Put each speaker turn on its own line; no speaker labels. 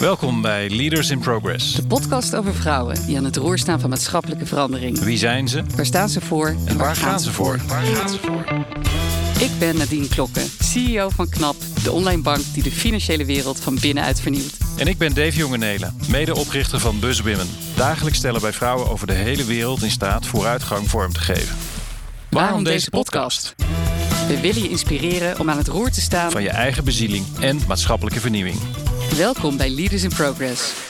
Welkom bij Leaders in Progress.
De podcast over vrouwen die aan het roer staan van maatschappelijke verandering.
Wie zijn ze
Waar staan ze voor
en waar gaan ze voor? Waar gaan ze voor?
Ik ben Nadine Klokken, CEO van KNAP, de online bank die de financiële wereld van binnenuit vernieuwt.
En ik ben Dave Jongenelen, medeoprichter van Bus Women. Dagelijks stellen wij vrouwen over de hele wereld in staat vooruitgang vorm te geven.
We willen je inspireren om aan het roer te staan.
Van je eigen bezieling en maatschappelijke vernieuwing.
Welkom bij Leaders in Progress.